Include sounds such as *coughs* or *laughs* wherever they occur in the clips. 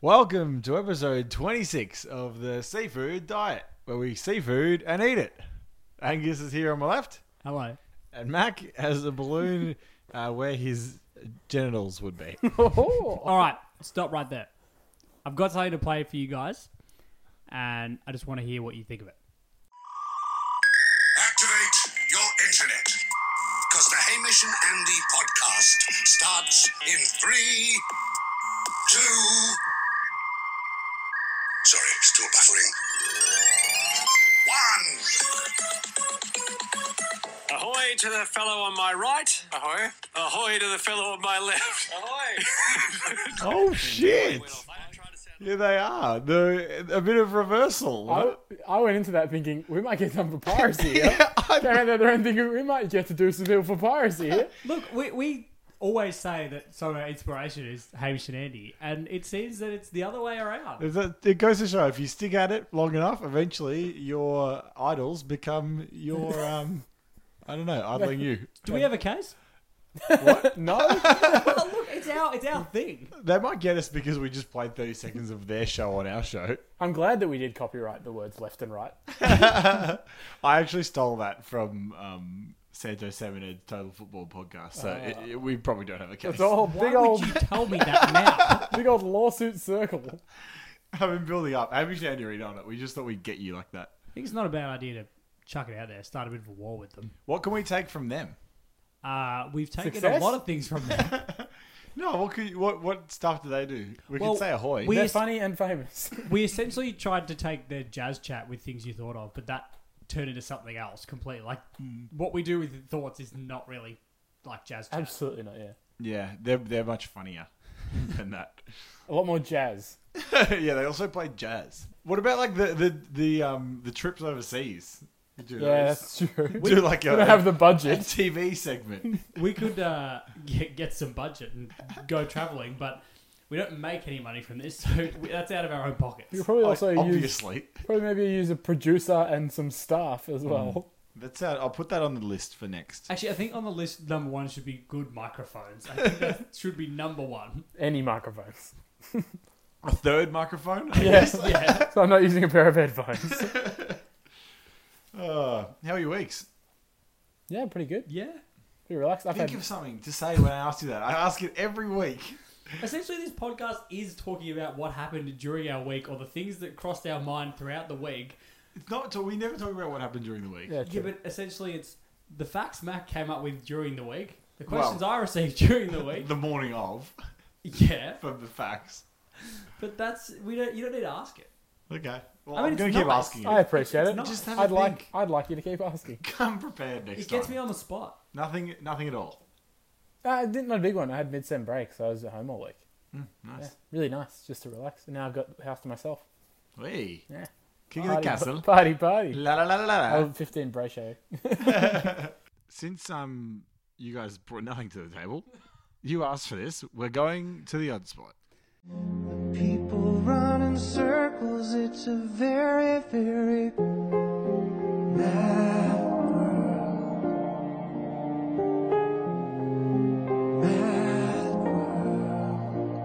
Welcome to episode 26 of the Seafood Diet, where we seafood and eat it. Angus is here on my left, Hello. and Mac has a balloon *laughs* uh, where his genitals would be. All right, stop right there. I've got something to play for you guys, and I just want to hear what you think of it. Activate your internet. Because the Hamish and Andy podcast starts in three, two. Sorry, still buffering. One. Ahoy to the fellow on my right. Ahoy. Ahoy to the fellow on my left. *laughs* Ahoy. *laughs* oh, shit! Here they are. The, a bit of reversal. I, *laughs* I went into that thinking we might get done for piracy. yeah, I- Came out there and thinking we might get to do some bit for piracy. here. Look, we, we always say that some of our inspiration is Hamish and Andy, and it seems that it's the other way around. Is that- It goes to show if you stick at it long enough, eventually your idols become *laughs* your, um, I don't know, idling you. Do we have a case? No, Oh, look, it's our it's our thing. They might get us because we just played 30 seconds of their show on our show. I'm glad that we did copyright the words left and right. I actually stole that from um, Santo Seven at Total Football Podcast, so it, it- we probably don't have a case. It's all Why big would old, *laughs* you *laughs* tell me that now? big old lawsuit circle. I've been building up. I *laughs* haven't had you read on it. We just thought we'd get you like that. I think it's not a bad idea to chuck it out there, start a bit of a war with them. What can we take from them? Uh, we've taken Success? a lot of things from them. No, what could, what what stuff do they do? We Well, could say ahoy. we- They're Yes. funny and famous. *laughs* we essentially tried to take their jazz chat with things you thought of, but that turned into something else completely. Like what we do with thoughts is not really like jazz chat. Absolutely not. Yeah, yeah, they're they're much *laughs* funnier than that. *laughs* a lot more jazz. yeah, they also play jazz. What about like the the the um the trips overseas? You Do Yeah, those? that's true. *laughs* do like We a, don't have the a *laughs* budget. TV segment. We could uh, *laughs* get, get some budget and go traveling, but we don't make any money from this, *laughs* so we, that's out of our own We pockets. could probably Like, *laughs* also use, obviously. probably maybe use a producer and some staff as well. That's how, I'll put that on the list for next. Actually, I think on the list number one should be good microphones. I think that should be number one. Any microphones. A third microphone? Yes. Yeah. so I'm not using a pair of headphones. Uh, how are your weeks? yeah, pretty good. Yeah. Pretty relaxed. I've Think had of something to say when I ask you that. I ask it every week. Essentially, this podcast is talking about what happened during our week or the things that crossed our mind throughout the week. It's not to, we never talk about what happened during the week. yeah, Yeah, true. but essentially, it's the facts Mac came up with during the week, the questions I received *laughs* during the *laughs* week. The morning of yeah, from the facts. but that's we don't. You don't need to ask it. Okay. Well, I I am mean, it's going to keep nice. asking I you. appreciate It's it. not- Just have a I'd like think. I'd like you to keep asking. Come prepared next It gets time. me on the spot. Nothing. Nothing at all. Uh, I didn't have a big one. I had mid sem break, so I was at home all week. Yeah, Mm, Nice. really nice, just to relax. And now I've got the house to myself. Hey. Yeah. King of the Party, castle. *laughs* Party, party. La la la la la. I was 15 bro show. *laughs* Since um you guys brought nothing to the table, *laughs* you asked for this. We're going to the odd spot. People run in circles, it's a very, very mad world. Mad world.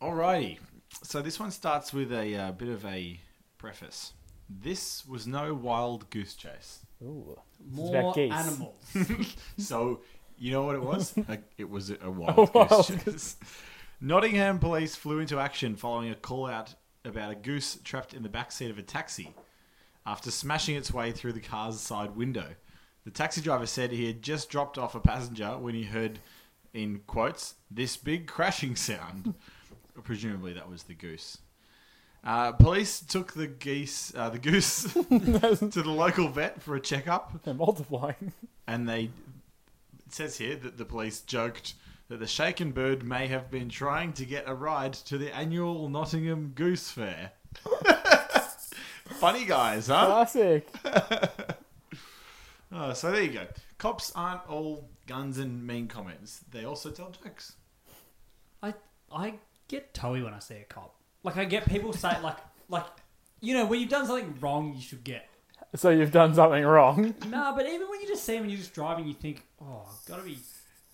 Alrighty. So this one starts with a uh, bit of a preface. This was no wild goose chase. Ooh. It's about More geese. animals. *laughs* So you know what it was? *laughs* A- it was a wild, wild goose chase. *laughs* Nottingham police flew into action following a call out about a goose trapped in the backseat of a taxi after smashing its way through the car's side window. The taxi driver said he had just dropped off a passenger when he heard, in quotes, this big crashing sound. *laughs* Presumably that was the goose. Uh, police took the geese, uh, the goose, *laughs* to the local vet for a checkup They're multiplying. and they it says here that the police joked that the shaken bird may have been trying to get a ride to the annual Nottingham Goose Fair. *laughs* Funny guys, huh? Classic. Oh, so there you go. Cops aren't all guns and mean comments. They also tell jokes. I I get toey when I see a cop. Like I get people say like like you know when you've done something wrong, you should get. So you've done *laughs* something wrong. Nah, but even when you just see them and you're just driving, you think, oh, gotta be,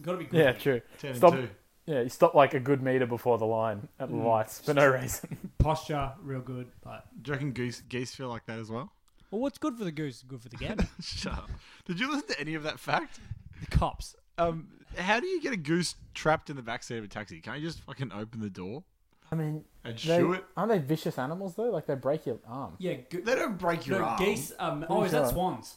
gotta be. Yeah, grumpy. true. Ten Stop. and two. Mm. Yeah, you stop like a good meter before the line at the lights for no reason. Posture, real good. Like, Do you reckon geese geese feel like that as well? *laughs* well, what's good for the goose is good for *laughs* the gander. Shut up. Did you listen to any of that fact? the cops. Um, how do you get a goose trapped in the backseat of a taxi? Can't you just fucking open the door *laughs* I mean, and they, shoo it? aren't they vicious animals though? Like they break your arm. Yeah, go- They don't break your no, arm. geese. Um, oh, is that sure. swans?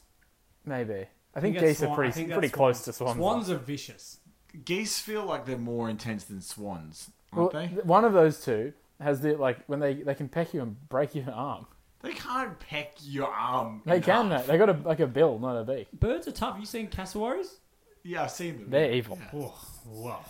Maybe. I think, that's geese swan- are I pretty think that's pretty close to swans. Swans are vicious. Geese feel like they're more intense than swans, Well, aren't they? th- one of those two has the like when they they can peck you and break your *laughs* arm. They can't peck your arm. They in can. half. Mate. They got a like a bill, not a beak. Birds are tough. You seen cassowaries? Yeah, I've seen them. They're evil. Oh, wow.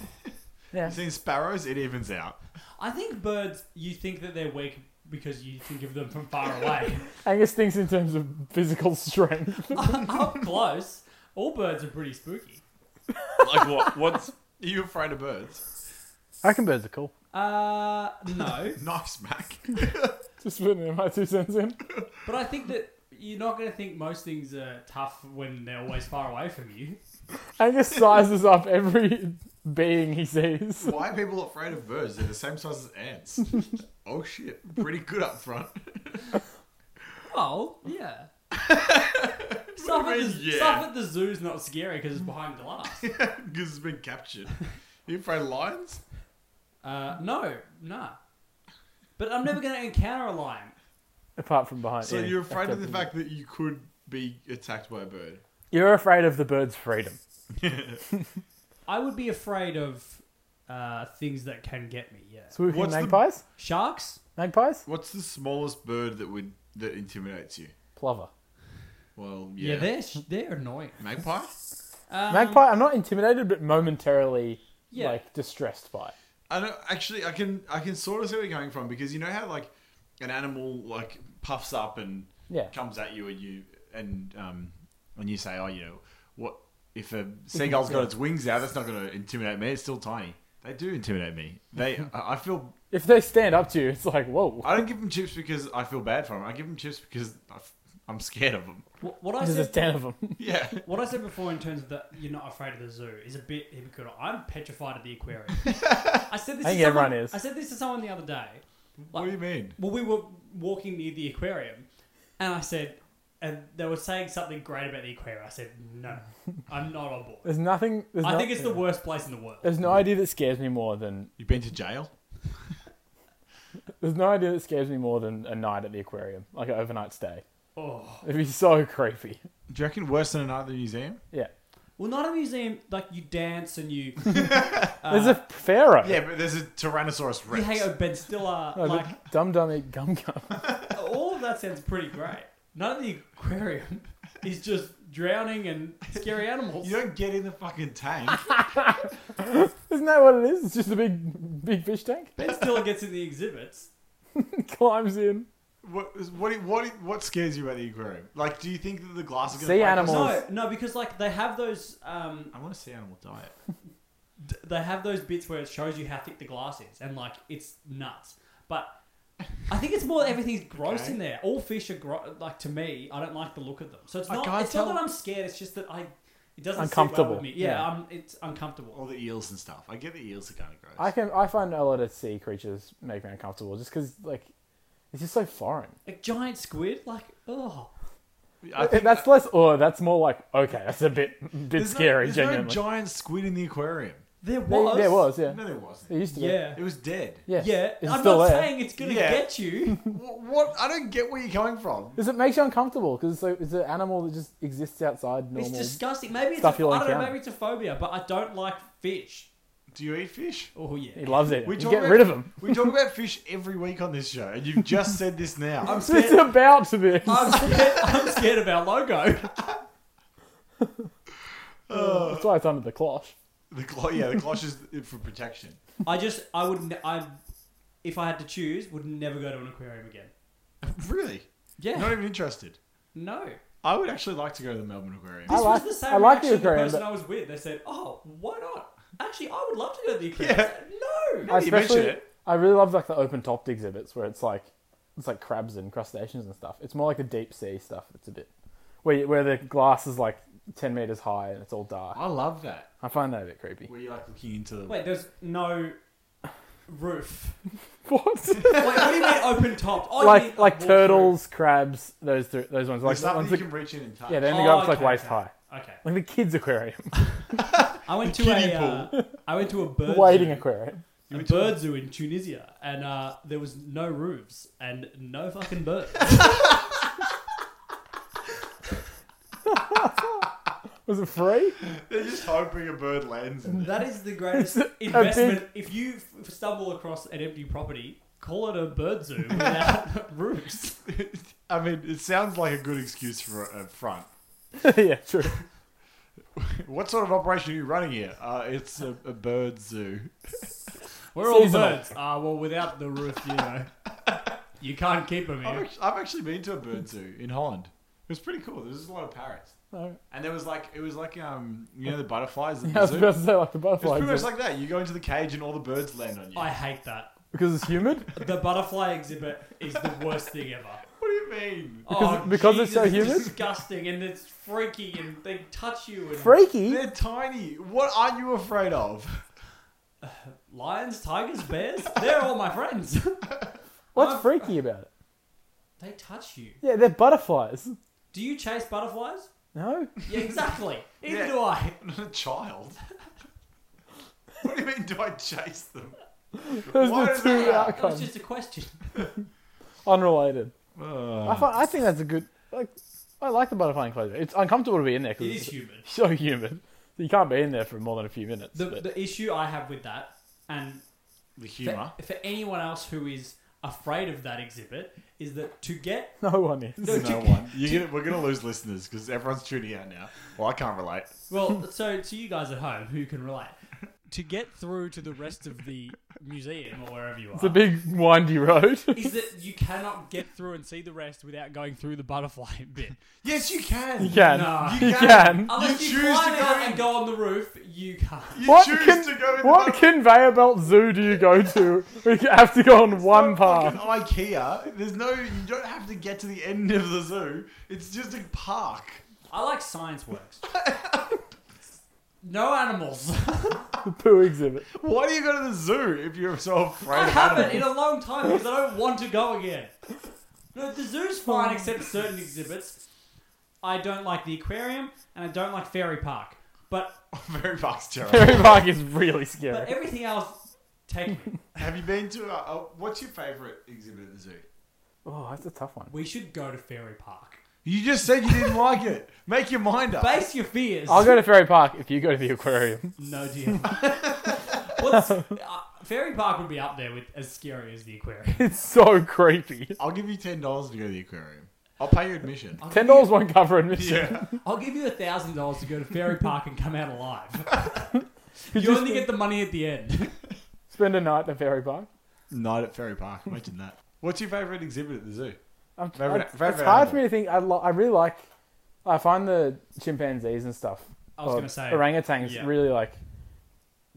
Yeah. I've seen sparrows. It evens out. I think birds. You think that they're weak because you think of them from *laughs* far away. *laughs* Angus thinks in terms of physical *laughs* strength. Up close, all birds are pretty spooky. Like what? What's? Are you afraid of birds? I reckon birds are cool. *laughs* Uh, no. Nice, *laughs* Mac. Just putting my two cents in. But I think that you're not going to think most things are tough when they're always far away from you. Angus sizes up every being he sees. *laughs* Why are people afraid of birds? They're the same size as ants. oh shit! Pretty good up front. *laughs* Well, yeah. stuff, at mean, the, *laughs* yeah? stuff at the zoo's not scary because it's behind glass. Because it's been captured. you afraid of lions? Uh, no, nah. But I'm never going to encounter a lion. Apart from behind. So yeah, you're afraid that's of the up- fact that you could be attacked by a bird. You're afraid of the bird's freedom. I would be afraid of uh, things that can get me. Yeah. Swooping What's the- magpies? Sharks. Magpies? What's the smallest bird that would that intimidates you? Plover. Well, Yeah, yeah, they're sh- they're annoying. magpie. Um, Magpie, I'm not intimidated, but momentarily Yeah. like distressed by. it. I don't actually. I can I can sort of see where you're coming from because you know how like an animal like puffs up and Yeah. comes at you and you and um and you say, oh, you know what? If a seagull's got its wings out, that's not going to intimidate me. It's still tiny. They do intimidate me. *laughs* They, I I feel, If they stand up to you, it's like, whoa. I don't give them chips because I feel bad for them. I give them chips because I f- I'm scared of *laughs* them. wh- what I There's said, just 10 of them. Yeah. what I said before in terms of that you're not afraid of the zoo is a bit hypocritical. I'm petrified of the *laughs* aquarium. I said this. to I think someone- everyone is. I said this to someone the other day. What do you mean? Well, we were walking near the aquarium, and I said, and they were saying something great about the aquarium. I said, no, I'm not on board. There's nothing. There's I no- think it's the worst place in the world. *laughs* There's no idea that scares me more than You've been to jail? there's no idea that scares me more than a night at the aquarium, like an overnight stay. Oh. It'd be so creepy. Do you reckon worse than another museum? Yeah, Well, not a museum. Like you dance *laughs* and you, there's Uh, a pharaoh. Yeah, but there's a Tyrannosaurus you Rex. hang out with oh, *laughs* Ben Stiller. No, like the dum dum eat gum gum. *laughs* all of that sounds pretty great. None of the aquarium *laughs* is just drowning and scary animals. *laughs* You don't get in the fucking *laughs* tank. Isn't that what it is? It's just a big big fish tank. Ben Stiller gets in the exhibits. *laughs* Climbs in. what, what, what, what scares you about the aquarium? Like, do you think that the glass is going to Sea break animals. us? No, no, because like they have those, um, I want to see animal diet. d- they have those bits where it shows you how thick the glass is, and like it's nuts. But I think it's more everything's *laughs* gross Okay. in there. All fish are gro- like to me. I don't like the look of them. So it's I not. can't It's not tell- that I'm scared. It's just that I. It doesn't Sit well Uncomfortable. with me. Yeah, Yeah. I'm, it's uncomfortable. *laughs* All the eels and stuff. I get the eels are kind of gross. I can. I find a lot of sea creatures make me uncomfortable, just because like it's just so foreign. A giant squid, like oh. I think That's that- less. Oh, that's more like okay. That's a bit bit there's no- scary. there's genuinely. no giant squid in the aquarium. There There- was. there was. Yeah. No, there wasn't. It used to be. Yeah. It was dead. Yes. Yeah. It's I'm still not there. saying it's gonna Yeah. get *laughs* you. Wh- What? I don't get where you're coming from. Because it makes you uncomfortable because it's, like, it's an animal that just exists outside normal. it's disgusting. Maybe it's a, I Stuff you'll don't know, encounter. maybe it's a phobia, but I don't like fish. Do you eat fish? Oh yeah. He loves it. We You talk get about- rid of him. We talk about fish every week on this show, and you've just said this now. *laughs* I'm It's scared. about to be. I'm scared, I'm scared of our logo. That's why it's under the cloche. *laughs* the clo- yeah, the cloche is for protection. *laughs* I just I would ne- I if I had to choose would never go to an aquarium again. Really? Yeah. Not even interested. no. I would actually like to go to the Melbourne Aquarium. This I like- was the same I like the reaction the, aquarium, person but- I was with. They said, "Oh, why not? Actually, I would love to go to the aquarium." Yeah. I said, no. I you mention especially, it. I really love like the open topped exhibits where it's like it's like crabs and crustaceans and stuff. It's more like the deep sea stuff. It's a bit where you- where the glass is like ten meters high and it's all dark. I love that. I find that a bit creepy. Where you're like looking into the. Wait, there's no roof. *laughs* What? Wait, what do you mean open top? Oh, you mean like like walkthrough. turtles, crabs, those th- those ones. Like There's the something ones you that, can reach in and touch. yeah, they only Oh, go up to like okay, waist okay. high, Okay. like the kids aquarium, I went to kiddie a uh, I went to a *laughs* bird wading zoo, aquarium. a bird zoo in Tunisia, and uh, there was no roofs and no fucking *laughs* birds. Was it free? Oh, They're just hoping a bird lands in there. that is the greatest investment. If you f- stumble across an empty property, call it a bird zoo *laughs* without *laughs* roofs. *laughs* I mean, it sounds like a good excuse for a a front. *laughs* yeah, true. What sort of operation are you running here? Uh, it's a, a bird zoo. We're all Seasonal. birds. Ah, well, without the roof, you know, you can't keep them I've here. actually, I've actually been to a bird zoo in Holland. It was pretty cool. There was a lot of parrots, No. and there was like it was like um you know the butterflies *laughs* in Oh. I the was zoo. about to It's say like the butterfly pretty much exhibit. like that. You go into the cage and all the birds land on you. I hate that. because it's humid. The butterfly exhibit is the worst thing ever. What do you mean? Because- because it's so humid? Oh, disgusting, and it's freaky, and they touch you. And Freaky. They're tiny. What are you afraid of? *laughs* Lions, tigers, bears—they're all my friends. *laughs* What's freaky about it? they touch you. Yeah, they're butterflies. Do you chase *laughs* butterflies? No, Yeah, exactly. Either Yeah. do I. *laughs* I'm not a child. *laughs* what do you mean? Do I chase them? those Why are is the two that? That was outcomes. just a *laughs* question. Unrelated. Uh, I, find, I think that's a good. Like, I like the butterfly enclosure. It's uncomfortable to be in there It because is it's human. so humid. So you can't be in there for more than a few minutes. The, but- the issue I have with that, and the for, humor. for anyone else who is afraid of that exhibit, is that to *laughs* get no one is. *laughs* no, No to, one. You're gonna, we're gonna lose listeners because everyone's tuning out now. Well, I can't relate. Well, so to you guys at home who can relate, to get through to the rest of the museum or wherever you are, It's a big windy road. is that you cannot get through and see the rest without going through the butterfly *laughs* bit. Yes, you can. you can. No. You, You can. can. Unless you, You choose climb to go out in. and go on the roof, you can't. You *laughs* What choose can- to go in the What butterfly- conveyor belt zoo do you go to? We have *laughs* to go on one Not path. fucking IKEA. There's no. You don't have to get to the end of the zoo. It's just a park. I like science works. no animals. *laughs* The poo exhibit. *laughs* Why do you go to the zoo if you're so afraid? I of haven't animals? in a long time because I don't want to go again. No, the zoo's fine except certain exhibits. I don't like the aquarium and I don't like Fairy Park. But *laughs* Very park's *laughs* terrible. Harry Park is really but scary. everything else, take *laughs* me. have you been to? Uh, uh, what's your favorite exhibit at the zoo? Oh, that's a tough one. We should go to Fairy Park. You just said you didn't like it. Make your mind up. Base your fears. I'll go to Ferry Park if you go to the aquarium. *laughs* No deal. *laughs* What's, uh, Fairy Park would be up there with as scary as the aquarium. It's so creepy. I'll give you ten dollars to go to the aquarium. I'll pay you admission. I'll *laughs* Ten give dollars you- won't cover admission. *laughs* Yeah. I'll give you a thousand dollars to go to Fairy Park and come out *laughs* alive. you only get the money at the end. Spend a night at Ferry Park. Night at Ferry Park. Imagine that. What's your favorite exhibit at the zoo? I'm, Very I- ra- very it's hard random. for me to think. I, lo- I really like. I find the chimpanzees and stuff. I was or gonna say, orangutans yeah. really like,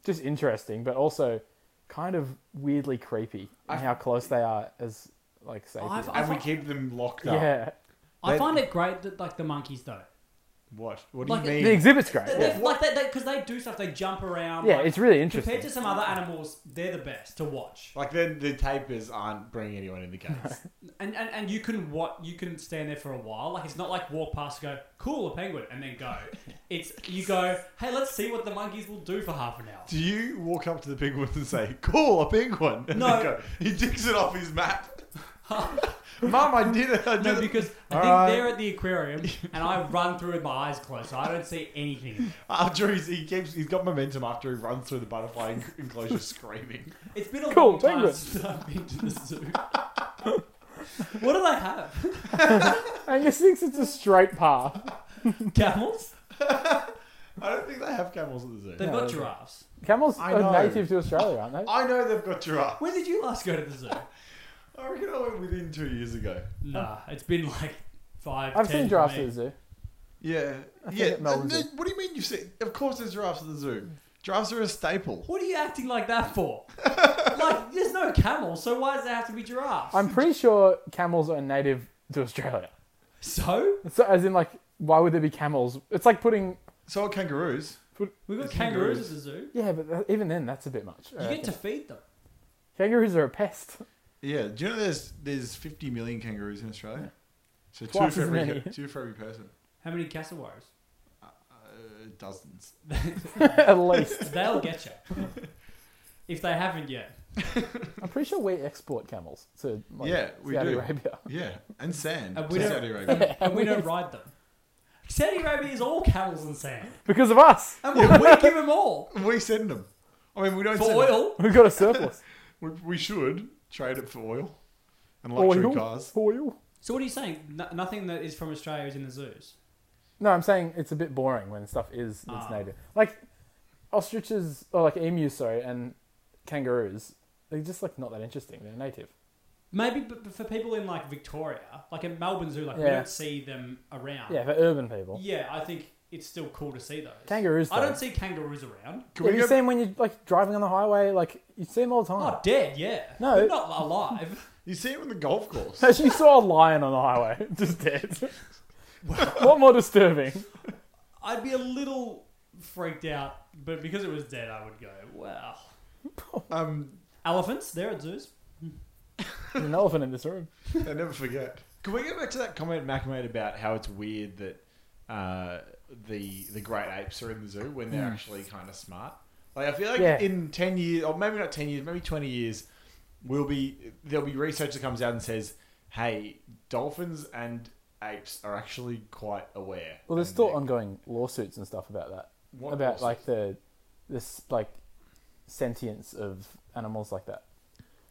just interesting, but also kind of weirdly creepy and how close they are as like safety. I've- And we keep them locked up. yeah, I find it great that like the monkeys though. What? What do Like, you mean? the exhibit's great. They're- Yeah, they're- Like they, because they do stuff, they jump around. yeah like, it's really compared interesting. to some other animals, they're the best to watch. Like then the tapers aren't bringing anyone in the cage. And and, and you can what you can stand there for a while. Like it's not like walk past, go cool a penguin, and then *laughs* go. it's you go. Hey, let's see what the monkeys will do for half an hour. Do you walk up to the penguin and say, "Cool, a penguin"? And No. they go- he digs it off his map. *laughs* Mum, I did it. I did No, it. because I All think right. they're at the aquarium, and I run through with my eyes closed, so I don't see anything. after he's, he keeps he's got momentum after he runs through the butterfly en- *laughs* enclosure screaming. It's been a Cool, long time penguin. since I've been to the zoo. what do they have? *laughs* Angus thinks it's a straight path. Camels? I don't think they have camels at the zoo. They've No, got they don't. giraffes. Camels I are know. native to Australia, aren't they? I know they've got giraffe. When did you last go to the zoo? Um, I reckon I went within two years ago. Nah, it's been like five. 10 I've seen for giraffes me. at the zoo. Yeah, think yeah. at Melbourne th- Zoo. what do you mean you see? Of course, there's giraffes at the zoo. Giraffes are a staple. What are you acting like that *laughs* for? like, there's no camel, so why does it have to be giraffes? I'm pretty sure camels are native to Australia. so So, as in, like, Why would there be camels? It's like putting. So are kangaroos. We've got There's kangaroos. kangaroos at the zoo. Yeah, but that, even then, that's a bit much. I You reckon. get to feed them. Kangaroos are a pest. *laughs* Yeah. Do you know there's there's 50 million kangaroos in Australia? So two Twice for as every many. two for every person. How many cassowaries? Uh, dozens. *laughs* At least. They'll get *laughs* you. if they haven't yet. I'm pretty sure we export camels to like, Yeah, we Saudi do. Arabia. *laughs* Yeah, and sand. And to we don't- Saudi Arabia. *laughs* And we don't ride them. Saudi Arabia is all camels and sand. Because of us. And we'll we give them *laughs* all. we send them. I mean, we don't For send oil. We've got *laughs* a surplus. We, we should trade it for oil and luxury oil. cars. Oil. So what are you saying? No- nothing that is from Australia is in the zoos. No, I'm saying it's a bit boring when stuff is it's Ah. native. Like ostriches or like emus, sorry, and kangaroos, they're just like not that interesting. They're native. Maybe b- b- for people in like Victoria, like in Melbourne Zoo, like we Yeah. don't see them around. Yeah, for urban people. Yeah, I think it's still cool to see those. Kangaroos, I though. don't see kangaroos around. Can Yeah, we you go, see them when you're like driving on the highway, like you see them all the time. Oh, Not dead, yeah. No. They're not alive. *laughs* you see it on the golf course. As *laughs* you saw a lion on the highway, *laughs* just dead. what more disturbing? I'd be a little freaked out, but because it was dead, I would go, wow. um, Elephants, they're at zoos. There's an elephant in this room. I never forget. Can we go back to that comment Mac made about how it's weird that uh, the the great apes are in the zoo when they're actually kind of smart? Like I feel like Hmm. Yeah. in ten years, or maybe not ten years, maybe twenty years, we'll be there'll be research that comes out and says, "Hey, dolphins and apes are actually quite aware." Well, there's And still they're- ongoats and stuff about that. What about lawsuits? like the this like sentience of animals like that,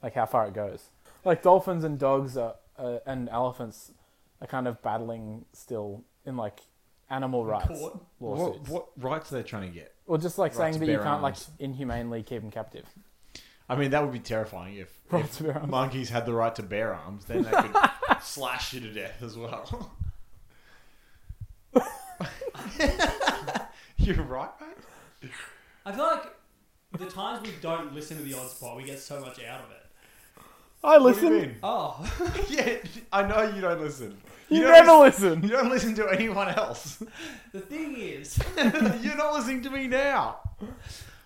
like how far it goes. Like dolphins and dogs are, uh, and elephants are kind of battling still in like animal rights Court? lawsuits, what, what rights are they trying to get? or just like Right saying to that you bear can't arms. like inhumanely keep them captive. I mean, that would be terrifying *laughs* if, Right if to bear arms. monkeys had the right to bear arms. Then they *laughs* could slash you to death as well. You're right, mate. I feel like the times we don't listen to the odd spot, we get so much out of it. I What do listen. you You, mean? *laughs* Oh, Yeah, I know you don't listen. never lis- listen. You don't listen to anyone *laughs* else. the thing is, You're not listening to me now.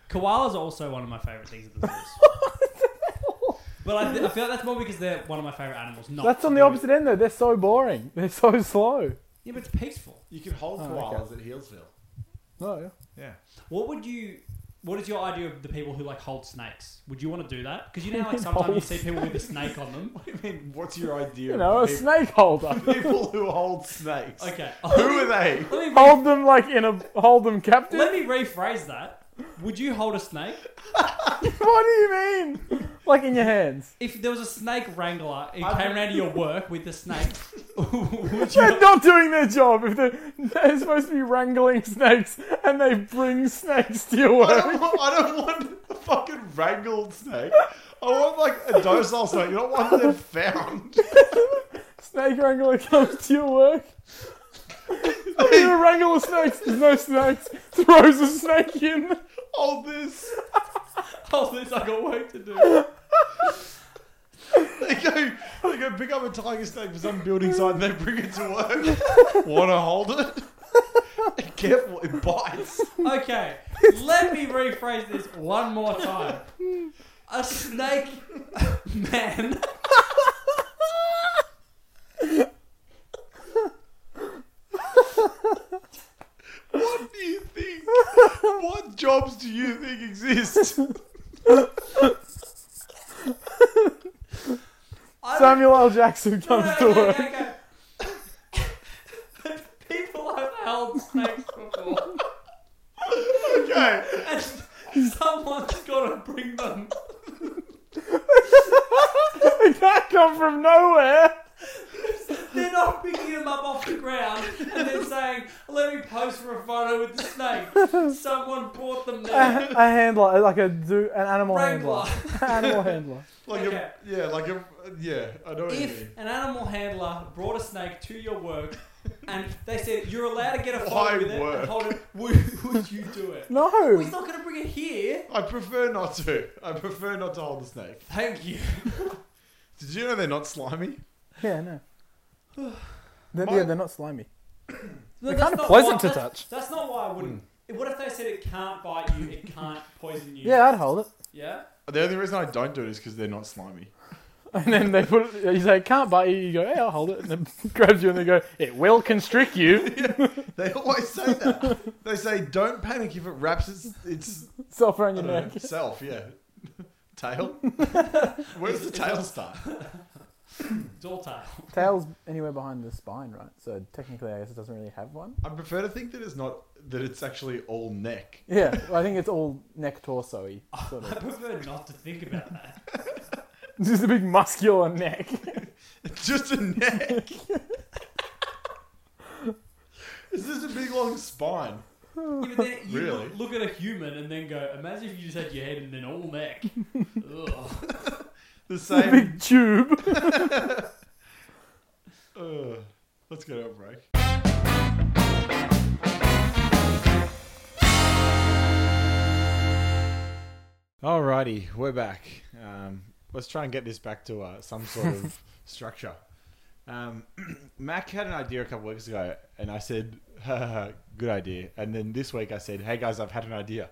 koalas are also one of my favorite things at the *laughs* zoos. But I, I feel like that's more because they're one of my favorite animals. Not That's on the opposite end though. They're so boring. They're so slow. Yeah, but it's peaceful. You can Oh, hold koalas at Healesville. No. yeah. Oh, Yeah. What would you? What is your idea of the people who like hold snakes? Would you want to do that? Because you know, like sometimes you Hold see people with a snake on *laughs* them. I mean, what's your idea You know, of a the peop- snake holder. people who hold snakes? *laughs* Okay, Who are they? Let me, hold them like in a hold them captive. let me rephrase that. Would you hold a snake *laughs* What do you mean? Like in your hands? if there was a snake wrangler? It I'd- came around to your work with the snake. *laughs* would you? They're not doing their job if they're, they're supposed to be wrangling snakes and they bring snakes to your I don't, *laughs* work. want, I don't want a fucking wrangled snake. I want like a docile snake, not one that they've found. Snake wrangler comes to *laughs* your work. I'm gonna wrangle the snakes. There's no snakes. Throws a snake in. Hold this. Oh, there's like a work to do. They go, they go pick up a tiger snake for some building site and they bring it to work. Want to hold it? Careful, it bites. Okay, let me rephrase this one more time. A snake man. What do you think? What jobs do you think exist? I don't Samuel L. Jackson comes to Okay, work. okay, okay. People have held snakes before, Okay, and someone's got to bring them. They can't come from nowhere. They're not picking them up off the ground, and they're saying, "Let me pose for a photo with the snake." Someone brought them A, there. a handler, like a do an animal Wrangler. *laughs* handler, animal handler. like Okay. a yeah, like a yeah. I know what you If mean. an animal handler brought a snake to *laughs* your work, and they said you're allowed to get a photo Why with it work? and hold it, would, would you do it? No. He's not going to bring it here. I prefer not to. I prefer not to hold the snake. Thank you. Did you *sighs* know they're not slimy? Yeah, no. They're, My- yeah, they're not slimy. No, They're *laughs* that's kind of not pleasant why- to that's- touch. That's not why I Hmm. wouldn't. What if they said it can't bite you, it can't poison you? Yeah, I'd hold it. Yeah? The only reason I don't do it is because they're not slimy. And then they put it, you say, can't bite you. You go, hey, I'll hold it. And then *laughs* grabs you and they go, it will constrict *laughs* you. *laughs* They always say that. they say, don't panic if it wraps its, its Self around I your don't know, neck. self, *laughs* yeah. *laughs* tail? Where does the tail start? It's all tail. *laughs* Tail's anywhere behind the spine, right? So technically, I guess it doesn't really have one. I prefer to think that it's not, that it's actually all *laughs* neck. Yeah, well, I think it's all neck torso y. Sort I *laughs* of. prefer not to think about *laughs* that. Just a big muscular neck. Just a neck. *laughs* It's just a big long spine. Even then, you Really? look, look at a human and then go, imagine if you just had your head and then all neck. Ugh. The same. *laughs* big tube. Ugh. let's go to a break. Alrighty, we're back. Um, let's try and get this back to uh, some sort of structure. Um, *clears throat* Mac had an idea a couple weeks ago, and I said, "Ha, ha, ha, "Good idea." And then this week I said, "Hey guys, I've had an idea,"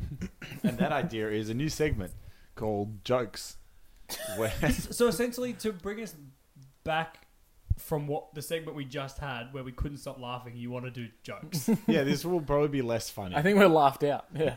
*clears throat* and that idea is a new segment called "Jokes," where *laughs* So essentially, to bring us back from what the segment we just had, where we couldn't stop laughing, you want to do jokes. yeah, this will probably be less funny. I think we're laughed out. Yeah.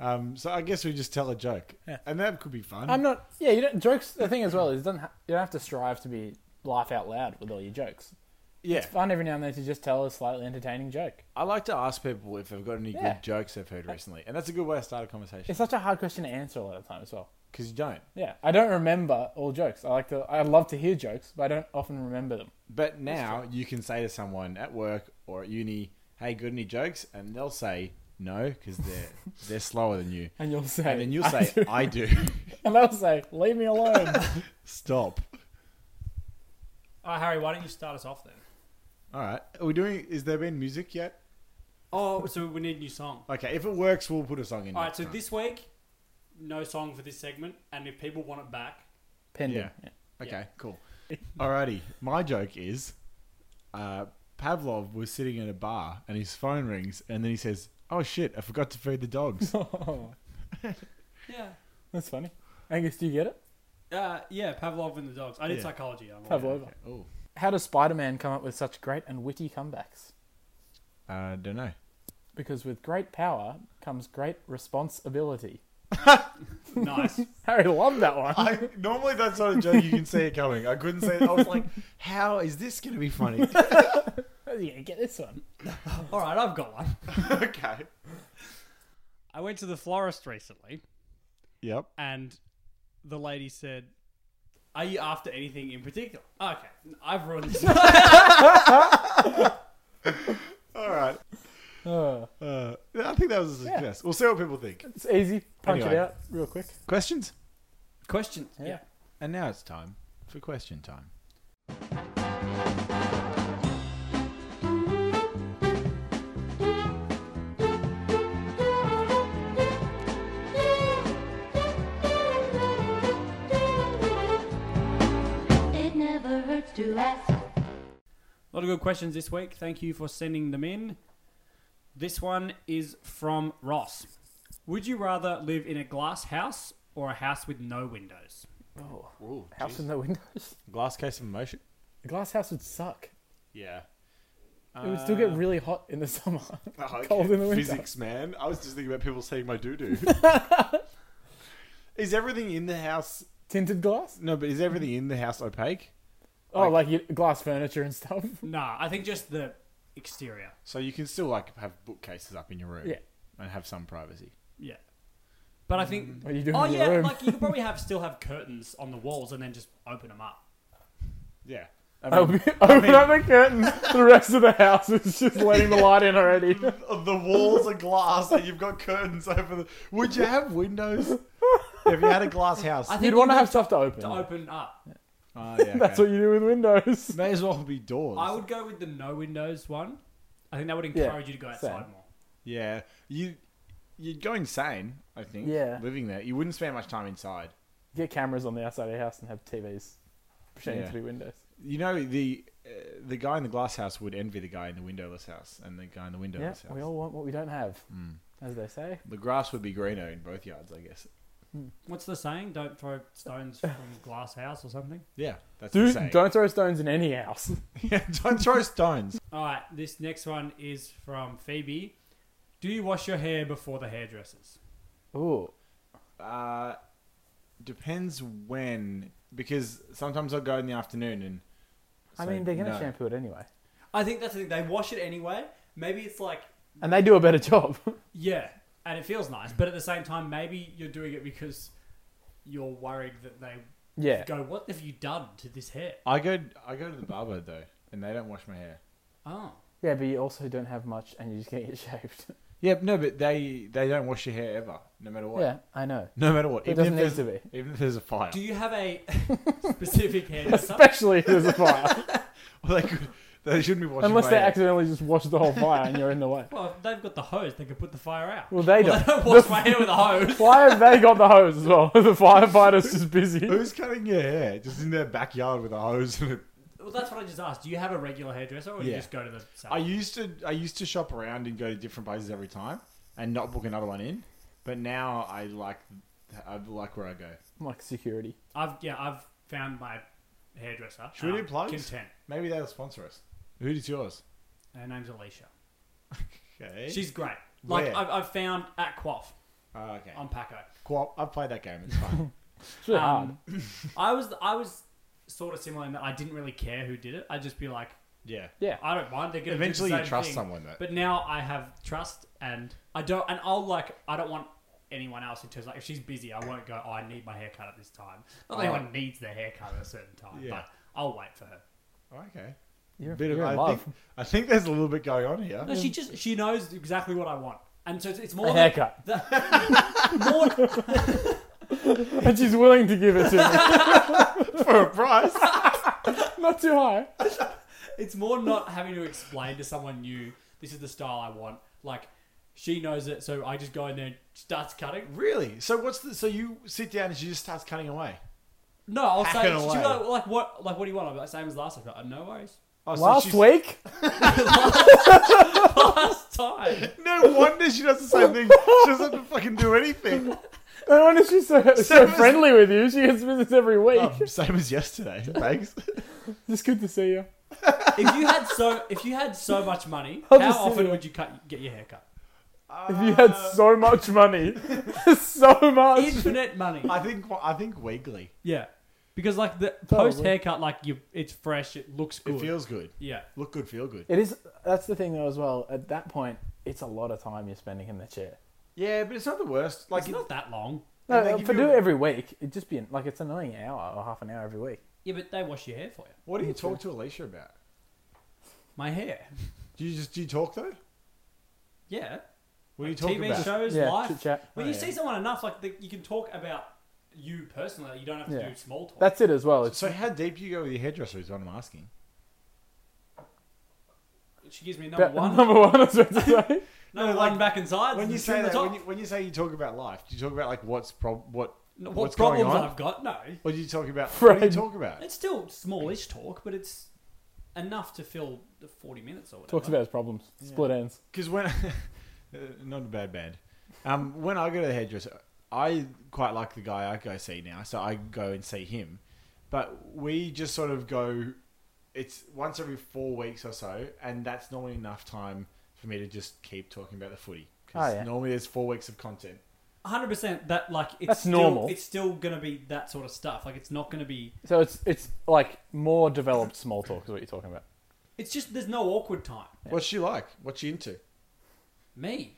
Um, so I guess we just tell a joke, and that could be fun. I'm not. Yeah, you don't. Jokes. The thing as well is, it doesn't ha- you don't have to strive to be laugh out loud with all your jokes. yeah, Fun every now and then to just tell a slightly entertaining joke. I like to ask people if they've got any Yeah. good jokes they've heard recently, and that's a good way to start a conversation It's such a hard question to answer a lot of the time as well. because you don't. Yeah, I don't remember all jokes. I like to. I love to hear jokes, but I don't often remember them. But now you can say to someone at work or at uni, "Hey, got any jokes?" and they'll say no because *laughs* they're they're slower than you, And you'll say. and then *laughs* you'll say, do. "I do." *laughs* and they'll say, "Leave me alone." Stop. uh, Harry, why don't you start us off then? All right. Are we doing? Is there been music yet? Oh, so we need a new song. Okay. If it works, we'll put a song in. All right, next so time. this week, no song for this segment, and if people want it back, Pending. Yeah. Okay, cool. Alrighty, my joke is uh, Pavlov was sitting in a bar and his phone rings and then he says, Oh shit, I forgot to feed the *laughs* dogs. yeah. *laughs* That's funny. Angus, do you get it? Uh, yeah, Pavlov and the dogs. I did Yeah. psychology. I'm Have all- over. oh, How does Spider-Man come up with such great and witty comebacks? I Uh, don't know. Because with great power comes great responsibility. *laughs* *laughs* *laughs* nice. Harry loved that one. I, normally, that's not a joke you can see it coming. I couldn't say it. I was like, How is this going to be *laughs* funny? yeah, get this one. All right, I've got one. okay. I went to the florist recently, Yep. and the lady said, "Are you after anything in particular?" Okay, I've ruined this. *laughs* Alright. Uh, I think that was a success. We'll see what people think. It's easy. Punch Anyway. it out real quick. Questions? Questions. Yeah. And now it's time for question time. It never hurts to ask. A lot of good questions this week. Thank you for sending them in. This one is from Ross. Would you rather live in a glass house or a house with no windows? Oh, house with no windows. Glass case of emotion? A *laughs* glass house would suck. Yeah. It would still get really hot in the summer. Uh, *laughs* *laughs* Oh, Cold in the winter. Physics, man. I was just thinking about people seeing my doo doo. *laughs* is everything in the house? Tinted glass? No, but is everything in the house opaque? Oh, like, you- glass furniture and stuff. *laughs* Nah, I think just the exterior. So you can still like have bookcases up in your room, Yeah. and have some privacy. Yeah. But I think. What are you doing Oh in your yeah, room? like you could probably have still have curtains on the walls and then just open them up. Yeah. I'll be- open up the curtains. The rest of the house is just letting the light in already. the walls are glass, and you've got curtains over the. Would you have windows? if you had a glass *laughs* house, I think *laughs* You'd you want to need have stuff to open. to open up. *laughs* oh, yeah, That's what you do with windows. *laughs* May as well be doors. I would go with the no windows one. I think that would Yeah, encourage you to go outside same. more. Yeah, you you'd go insane. I think. Yeah. Living there, you wouldn't spend much time inside. Get cameras on the outside of your house and have TVs pretending Yeah. to be windows. You know the uh, the guy in the glass house would envy the guy in the windowless house and the guy in the Yeah, windowless we house. all want what we don't have, Hmm. as they say. the grass would be greener in both yards, I guess. What's the saying? Don't throw stones from glass house or something. Yeah, that's the Dude, saying. don't throw stones in any house. *laughs* *laughs* yeah, don't throw stones. All right, this next one is from Phoebe. Do you wash your hair before the hairdressers? Ooh, Uh, depends when, because sometimes I'll go in the afternoon and. I say mean they're gonna no. shampoo it anyway, I think that's the thing. They wash it anyway. Maybe it's like and they do a better *laughs* job. Yeah, and it feels nice, but at the same time, maybe you're doing it because you're worried that they yeah, go, "What have you done to this hair?" I go, I go to the barber though, and they don't wash my hair. Oh, yeah, but you also don't have much, and you just get it *laughs* shaved. Yeah, no, but they they don't wash your hair ever, no matter what. yeah, I know. No matter what, It even doesn't if need there's- Even if there's a fire, *laughs* do you have *laughs* a specific hairdresser? Especially if there's *laughs* a fire, well, they, could, they shouldn't be washing. unless my they hair. accidentally just wash the whole fire and you're in the way. Well, if they've got the hose; they can put the fire out. Well, they Well, don't. they don't wash my *laughs* hair with a hose. Why have they got the hose as well? *laughs* the firefighters just busy. Who's cutting your hair? Just in their backyard with a hose. And a... Well, that's what I just asked. Do you have a regular hairdresser, or do you Yeah. just go to the I salon? used to I used to shop around and go to different places every time and not book another one in. But now I like I like where I go. Like security. I've yeah, I've found my hairdresser. Should we Um, do plugs? Content. Maybe they'll sponsor us. Who is yours? Her name's Alicia. Okay. She's great. Like Where? I've, I've found at Quaff oh, okay. on Paco. Cool. I've played that game. It's *laughs* fun. It's really hard. Um, *laughs* I was I was sort of similar in that I didn't really care who did it. I'd just be like, yeah. Yeah. I don't mind. They're gonna do the Eventually you same trust thing. someone, though. But now I have trust, and I don't. And I'll like I don't want anyone else in terms like if she's busy, I won't go. Oh, I need my haircut at this time. Not that Oh. anyone needs their haircut at a certain time, Yeah. but I'll wait for her. Oh, okay. You're, Bit of, you're I, in love. Think, I think there's a little bit going on here. No, she just she knows exactly what I want, and so it's, it's more A than- haircut. *laughs* more and she's willing to give it to me. *laughs* For a price. *laughs* Not too high. It's more not having to explain to someone new, this is the style I want. Like, she knows it, so I just go in there and starts cutting. *laughs* really? So what's the? So you sit down and she just starts cutting away. No, I'll say, Hacking she'll away. be like, like, what, like, what do you want? I'm like, same as last time. She'll be Like, no worries. *laughs* Oh, so Last she's- *laughs* week, Last time. No wonder she does the same thing. She doesn't fucking do anything. no wonder she's so, so, Same as- friendly with you. She gets visits every week. Um, same as yesterday. Thanks. It's good to see you. If you had so, if you had so *laughs* much money, I'll how just sit often here. would you cut, get your hair cut? If you had so much *laughs* money, so much. Infinite money. I think I think weekly. Yeah, because like the Probably. post haircut, like you, it's fresh, it looks good. It feels good. yeah, Look good, feel good. It is. That's the thing though as well. At that point, it's a lot of time you're spending in the chair. Yeah, but it's not the worst. Like it's not that long. No, And they if give I you do a- it every week, it'd just be an, like it's annoying hour or half an hour every week. Yeah, but they wash your hair for you. what do you talk to Alicia about? My hair. Do you just do you talk though? Yeah. What do you talk TV about? shows, Yeah, life. chit-chat. When Oh, you yeah. see someone enough, like the, you can talk about you personally. You don't have to Yeah. do small talk. That's it as well. It's So how deep do you go with your hairdresser is what I'm asking. she gives me number about- one, *laughs* number one. I was about to *laughs* say. number No, one like, back inside. When you and say trim the that, top. when you, when you say you talk about life, do you talk about like what's prob what No, what what's problems going on? I've got? No, Or do you talk about what do you Fred. talk about? it's still smallish talk, but it's enough to fill the forty minutes or whatever. Talks about his problems. Split ends. Because when *laughs* Uh, not a bad band, um, when I go to the hairdresser, I quite like the guy I go see now, so I go and see him. But we just sort of go. It's once every four weeks or so, and that's normally enough time for me to just keep talking about the footy. 'Cause Oh, yeah. normally there's four weeks of content. one hundred percent. That like it's That's still, normal. It's still gonna be that sort of stuff. Like it's not gonna be. So it's it's like more developed small talk is what you're talking about. It's just there's no awkward time. What's she like? What's she into? *laughs* *laughs* Me,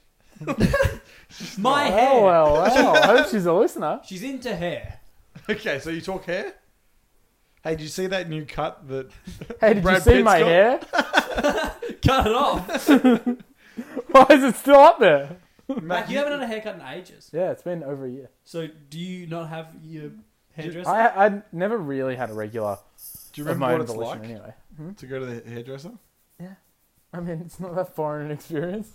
my hair. Oh well, well. I hope she's a listener. She's into hair. *laughs* Okay, so you talk hair. Hey, did you see that new cut that? *laughs* Hey, did Brad you see Pitt's my got- hair? *laughs* Cut it off. Why is it still up there? like you haven't had a haircut in ages. Yeah, it's been over a year. So do you not have your hairdresser? I I never really had a regular Do you of my remember own what it's volition like anyway. to go to the hairdresser? I mean, it's not that foreign an experience.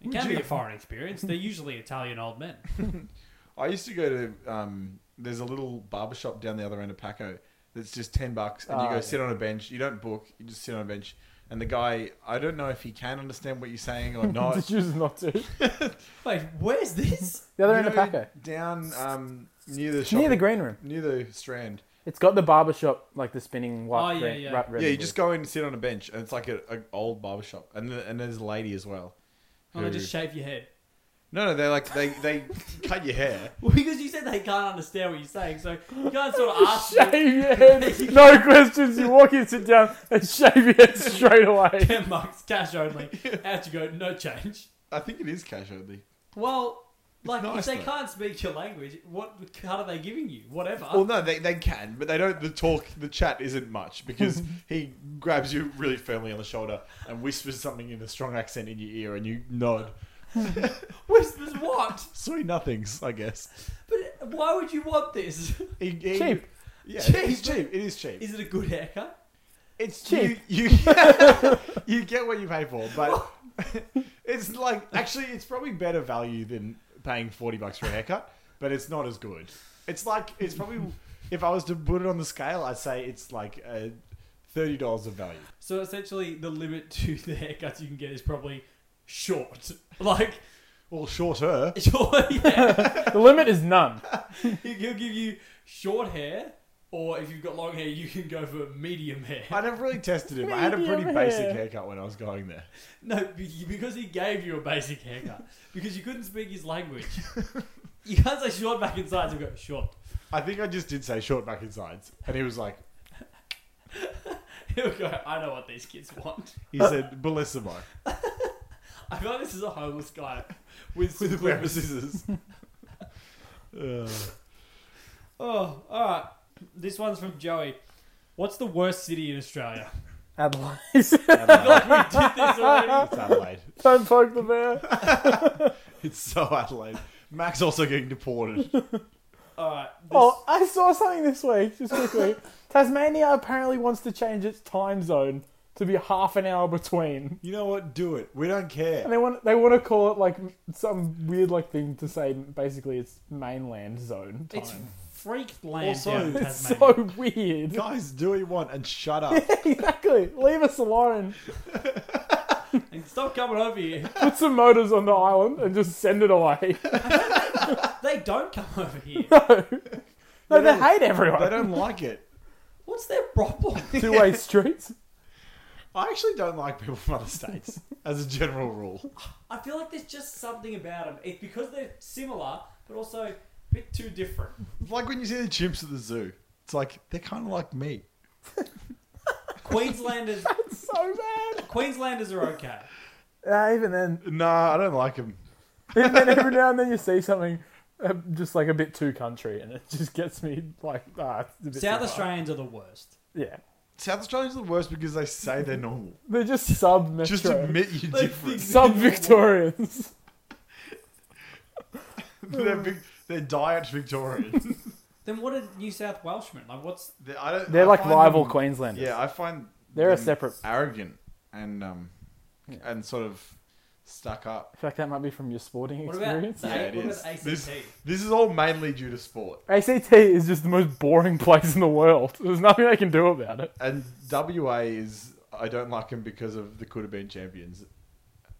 it can be a foreign experience. They're usually Italian old men. I used to go to um, there's a little barber shop down the other end of Paco, that's just 10 bucks and you Ah, go yeah. sit on a bench. You don't book, you just sit on a bench. And the guy, I don't know if he can understand what you're saying *laughs* or not. Just chooses not to. Wait, where's this? The other You end of know, Paco. Down um, near the shop. Near the green room. Near the strand. It's got the barber shop, like the spinning white. Oh, yeah, green- yeah. red- red Yeah, you and just blue. go in and sit on a bench, and it's like an old barber shop, and the, and there's a lady as well. Oh, who- just shave your head. *laughs* no, no, they like they *laughs* they cut your hair. Well, because you said they can't understand what you're saying, so *laughs* you can't sort of ask. them. *laughs* Shave *laughs* your head. No questions. You walk in, sit down, and shave your head straight away. Ten bucks, *laughs* cash only. Out you go, no change. I think it is cash only. Well, like nice, if they though. can't speak your language, what cut are they giving you? Whatever. Well, no, they, they can, but they don't. The talk, the chat isn't much because he grabs you really firmly on the shoulder and whispers something in a strong accent in your ear, and you nod. Whispers *laughs* what? Sweet nothings, I guess. But why would you want this? *laughs* He, he- Cheap. Yeah, Cheap. it's cheap. It is cheap. Is it a good haircut? It's cheap. You, you, you *laughs* get what you pay for, but *laughs* it's like actually it's probably better value than paying forty bucks for a haircut, but it's not as good. It's like it's probably if I was to put it on the scale, I'd say it's like uh, thirty dollars of value. So essentially, the limit to *laughs* the haircuts you can get is probably short. *laughs* Like, Well, *laughs* *laughs* shorter. short, *laughs* yeah. The limit is none. He'll give you short hair, or if you've got long hair, you can go for medium hair. *laughs* I never really tested him. I had a pretty Medium basic hair. haircut when I was going there. No, be- because he gave you a *laughs* basic haircut. Because you couldn't speak his language. *laughs* You can't say short back and sides and go short. *laughs* I think I just did say short back and sides, and he was like, He'll go, I know what these kids want. *laughs* he Uh. said bellissimo I feel like this is a homeless guy *laughs* with, with a clippers. pair of scissors. *laughs* Uh, Oh, alright. This one's from Joey. What's the worst city in Australia? *laughs* Adelaide. Adelaide. we did this already. It's Adelaide. *laughs* Don't poke the bear. It's so Adelaide. Max also getting deported. *laughs* Alright. this- Oh, I saw something this week, just quickly. Tasmania apparently wants to change its time zone to be half an hour between. You know what? Do it. We don't And care. they want they want to call it like some weird like thing to say. Basically, it's mainland zone time. It's freak land Also- down in It's Tasmania. so weird. Guys, do what you want and shut *laughs* up. exactly. Leave us alone. And stop coming over here. Put some motors on the island and just send it *laughs* away. They don't come over here. No, they don't- hate they everyone. don't like it. What's their problem? *laughs* Two way streets. I actually don't like people from other states, as a general rule. I feel like there's just something about them. It's because they're similar, but also a bit too different. It's like when you see the chimps at the zoo. It's like, they're kind of like me. Queenslanders, So bad. Queenslanders are okay. Uh, even *laughs* then, Nah, I don't like them. and then every now and then you see something uh, just like a bit too country, and it just gets me like ah, it's a bit too South far. Australians are the worst. Yeah, South Australians are the worst because they say they're normal. they're just sub Just metro, admit you're different. sub Victorians. they're, big, they're diet *laughs* Victorian. Then what are New South Welshmen like? What's They- I don't, *laughs* They're I like find rival them- Queenslanders. Yeah, I find They're a them separate- arrogant and um and sort of stuck up. In fact, that might be from your sporting what about experience. the *laughs* Yeah, it what is. about ACT? This, this is all mainly due to sport. ACT is just the most boring *laughs* place in the world. There's nothing they can do about it. And WA is I don't like them because of the could have been champions,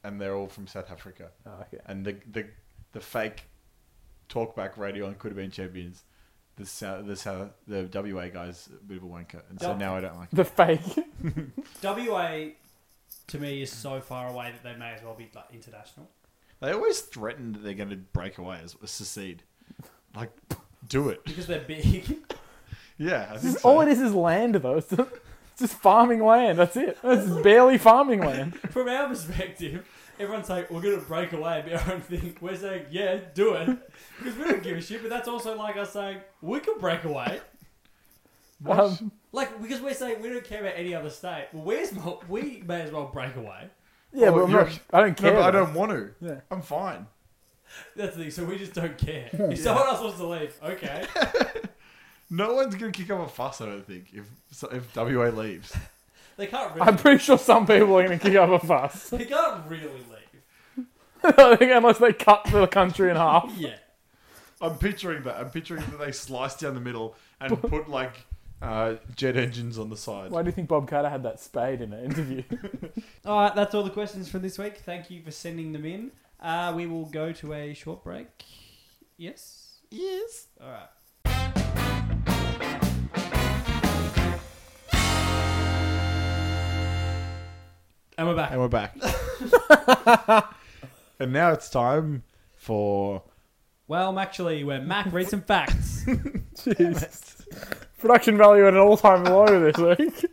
and they're all from South Africa. Oh, okay. And the the the fake talkback radio on could have been champions. The South, the South, the WA guys a bit of a wanker, and so Yep. now I don't like. Them. The fake. WA to me is so far away that they may as well be like international. They always threaten that they're going to break away as secede. Like, do it. Because they're big. *laughs* Yeah, I think so. All it is is land, though. *laughs* It's just, it's just farming land. That's it. It's barely farming land. From our perspective, everyone's like, we're going to break away and be our own thing. We're saying, yeah, do it. *laughs* Because we don't give a shit, but that's also like us saying, we can break away. Um, Like, because we're saying we don't care about any other state. Well, where's mo- we may as well break away. yeah, Oh, but I'm you're- not, I don't No, care. but I though. don't want to. Yeah. I'm fine. That's the thing. So we just don't care. If someone else wants to leave, okay. No one's gonna kick up a fuss. I don't think if so- if WA *laughs* leaves. They can't really. I'm pretty sure some people are going to kick up a fuss. *laughs* They can't really leave. I think Unless they cut the country in half. Yeah. I'm picturing that. I'm picturing that they slice down the middle and put like Uh, jet engines on the side. Why do you think Bob Carter had that spade in an interview? All right, that's all the questions for this week. Thank you for sending them in. Uh, we will go to a short break. Yes? Yes. All right. And we're back. And we're *laughs* back. and now it's time for. Well, actually, where Mac reads some facts. Jeez. Production value at an all time low this week.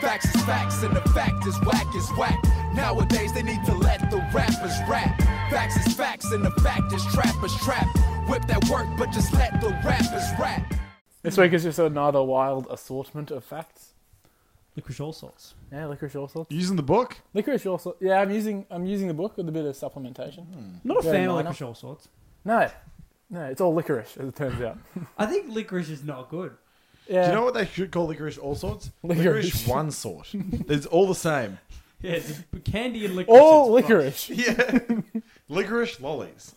Facts is facts and the fact is whack is whack. Nowadays they need to let the rappers rap. Facts is facts and the fact is trappers trap. Whip that work, but just let the rappers rap. This week is just another wild assortment of facts. Licorice all sorts. Yeah, licorice all sorts. Using the book? Licorice all sorts. Yeah, I'm using I'm using the book with a bit of supplementation. Not a Very fan of minor. licorice all sorts. No, no, it's all licorice as it turns out. I think licorice is not good. Yeah, Do you know what they should call licorice all sorts? *laughs* Licorice. Licorice, one sort. it's all the same. Yeah, it's candy and licorice. all it's fine. licorice. Yeah. licorice *laughs* lollies.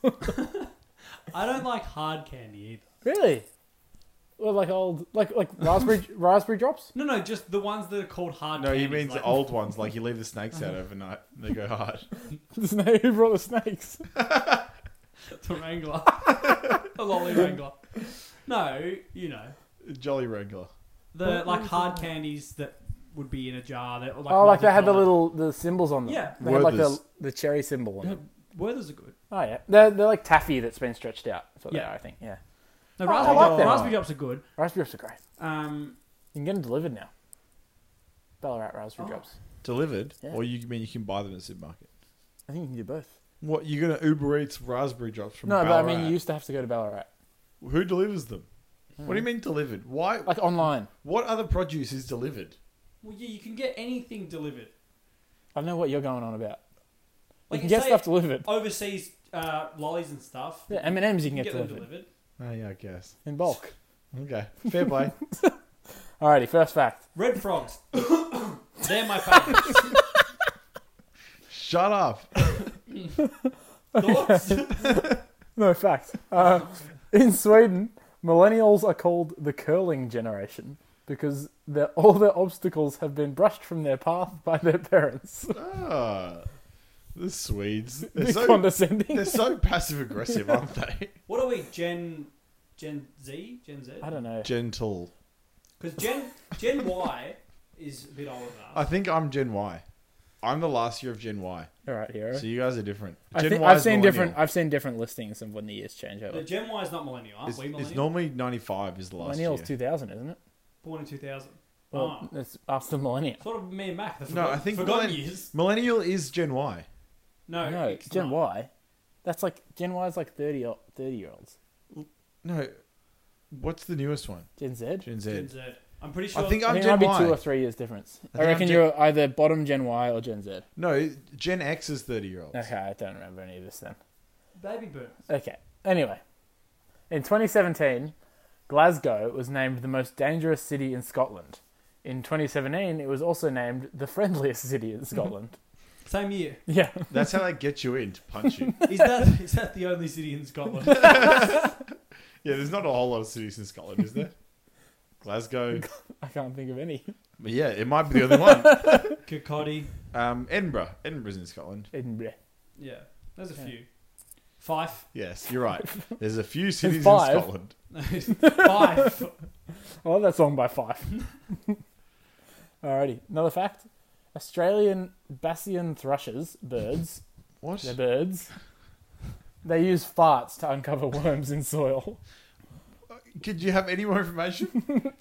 I don't like hard candy either. Really? Well, like old, like *laughs* like raspberry raspberry drops. No, no, just the ones that are called hard No, candy. he means *laughs* old ones. Like you leave the snakes out overnight, they go hard. *laughs* *laughs* The snake who brought the snakes. The *laughs* Wrangler. the lolly Wrangler. No, you know. Jolly regular. The like hard candies that would be in a jar that or like Oh, like they had the multicolored. little the symbols on them. Yeah. they had like the Werther's. the cherry symbol on them. Werther's are good. Oh yeah, they're they're like taffy that's been stretched out. That's what they Yeah. are, I think. Yeah, No, Oh, I raspberry, like drops- them. raspberry drops are good. raspberry drops are great. Um, You can get them delivered now. Ballarat raspberry Oh. drops. Delivered? Yeah. Or you mean you can buy them at the supermarket? I think you can do both. What, you're going to Uber Eats raspberry drops from No, Ballarat? but I mean, you used to have to go to Ballarat, Who delivers them? What do you mean delivered? Why? like online. What other produce is delivered? well, yeah, you can get anything delivered. I know what you're going on about. Like, you can get say stuff delivered. Overseas uh, lollies and stuff. Yeah, M and M's you can You get, get them delivered, delivered. Oh, yeah, I guess. in bulk. Okay. Fair play. Alrighty, first fact. Red frogs. *coughs* They're my *laughs* favourite. Shut up. Thoughts? No fact. Uh, in Sweden, millennials are called the curling generation because their, all their obstacles have been brushed from their path by their parents. *laughs* Ah, the Swedes. They're Be so, condescending. they're so passive aggressive, aren't *laughs* they? What are we, Gen Gen Z? Gen Z? I don't know. Gentle. Because Gen Gen Y is a bit older than us. I think I'm Gen Y. I'm the last year of Gen Y. All right, hero. So you guys are different. Gen I think, Y I've is seen millennial. different. I've seen different listings of when the years change The over. Gen Y is not millennial, aren't It's, we? it's Millennial? normally 95 is the last year. Ah. Millennials, two thousand, isn't it? Born in 2000. Well, oh. it's after millennia. Sort of me and Mac. The No, forgotten, I think forgotten millenn- years. millennial is Gen Y. No, No, it's Gen not. Y. That's like Gen Y is like 30, o- 30 year olds. No, what's the newest one? Gen Z. I Gen Z. Gen Z. I'm pretty sure. I think I I'm think it might Gen be Y. two or three years difference. I, think I'm reckon Gen- you're either bottom Gen Y or Gen Z. No, Gen X is 30 year olds. Okay, I don't remember any of this then. baby boomers. Okay. Anyway, in 2017, Glasgow was named the most dangerous city in Scotland. In 2017, it was also named the friendliest city in Scotland. Same year. yeah. That's how they get you in to punch *laughs* you. Is that *laughs* is that the only city *laughs* in Scotland? yeah, there's not a whole lot of cities in Scotland, is *laughs* there? Glasgow. I can't think of any. But yeah, it might be the only one. Kirkcaldy. Um, Edinburgh. Edinburgh's in Scotland. Edinburgh. Yeah, there's a few. Fife. *laughs* Yes, you're *laughs* right. There's a few cities in five. Scotland. Fife. I love that song by Five. *laughs* Alrighty, another fact. Australian Bassian thrushes, birds, What? they're birds, they use farts to uncover worms in soil. Could you have any more *laughs* information?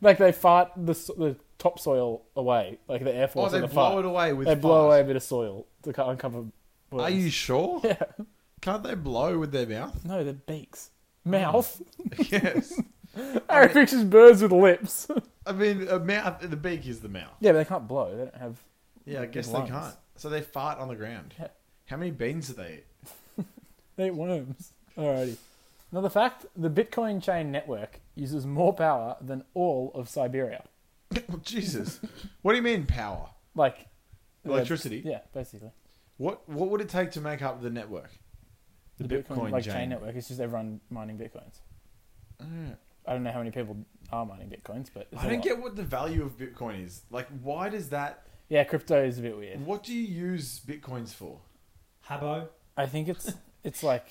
Like they fart the, s- the topsoil away, like the air oh, force they of the blow fart. it away with. They blow away fart. a bit of soil to co- uncover. Worms. Are you sure? *laughs* Yeah. Can't they blow with their mouth? *laughs* No, they're beaks. *laughs* Mouth. yes. Harry pictures birds with lips. *laughs* I mean, a mouth. The beak is the mouth. yeah, but they can't blow. They don't have. Yeah, I Big guess lungs. they can't. So they fart on the ground. Yeah. How many beans do they eat? *laughs* They eat worms. Alrighty. Another fact: the Bitcoin chain network uses more power than all of Siberia. Oh, Jesus. what do you mean power? Like uh, Electricity. Yeah, basically. What What would it take to make up the network? The, like chain network. It's just everyone mining bitcoins. I don't know how many people are mining bitcoins, but Oh, it's I a don't lot. get what the value of Bitcoin is. Like, why does that? Yeah, crypto is a bit weird. What do you use bitcoins for? Habbo. I *laughs* think it's it's like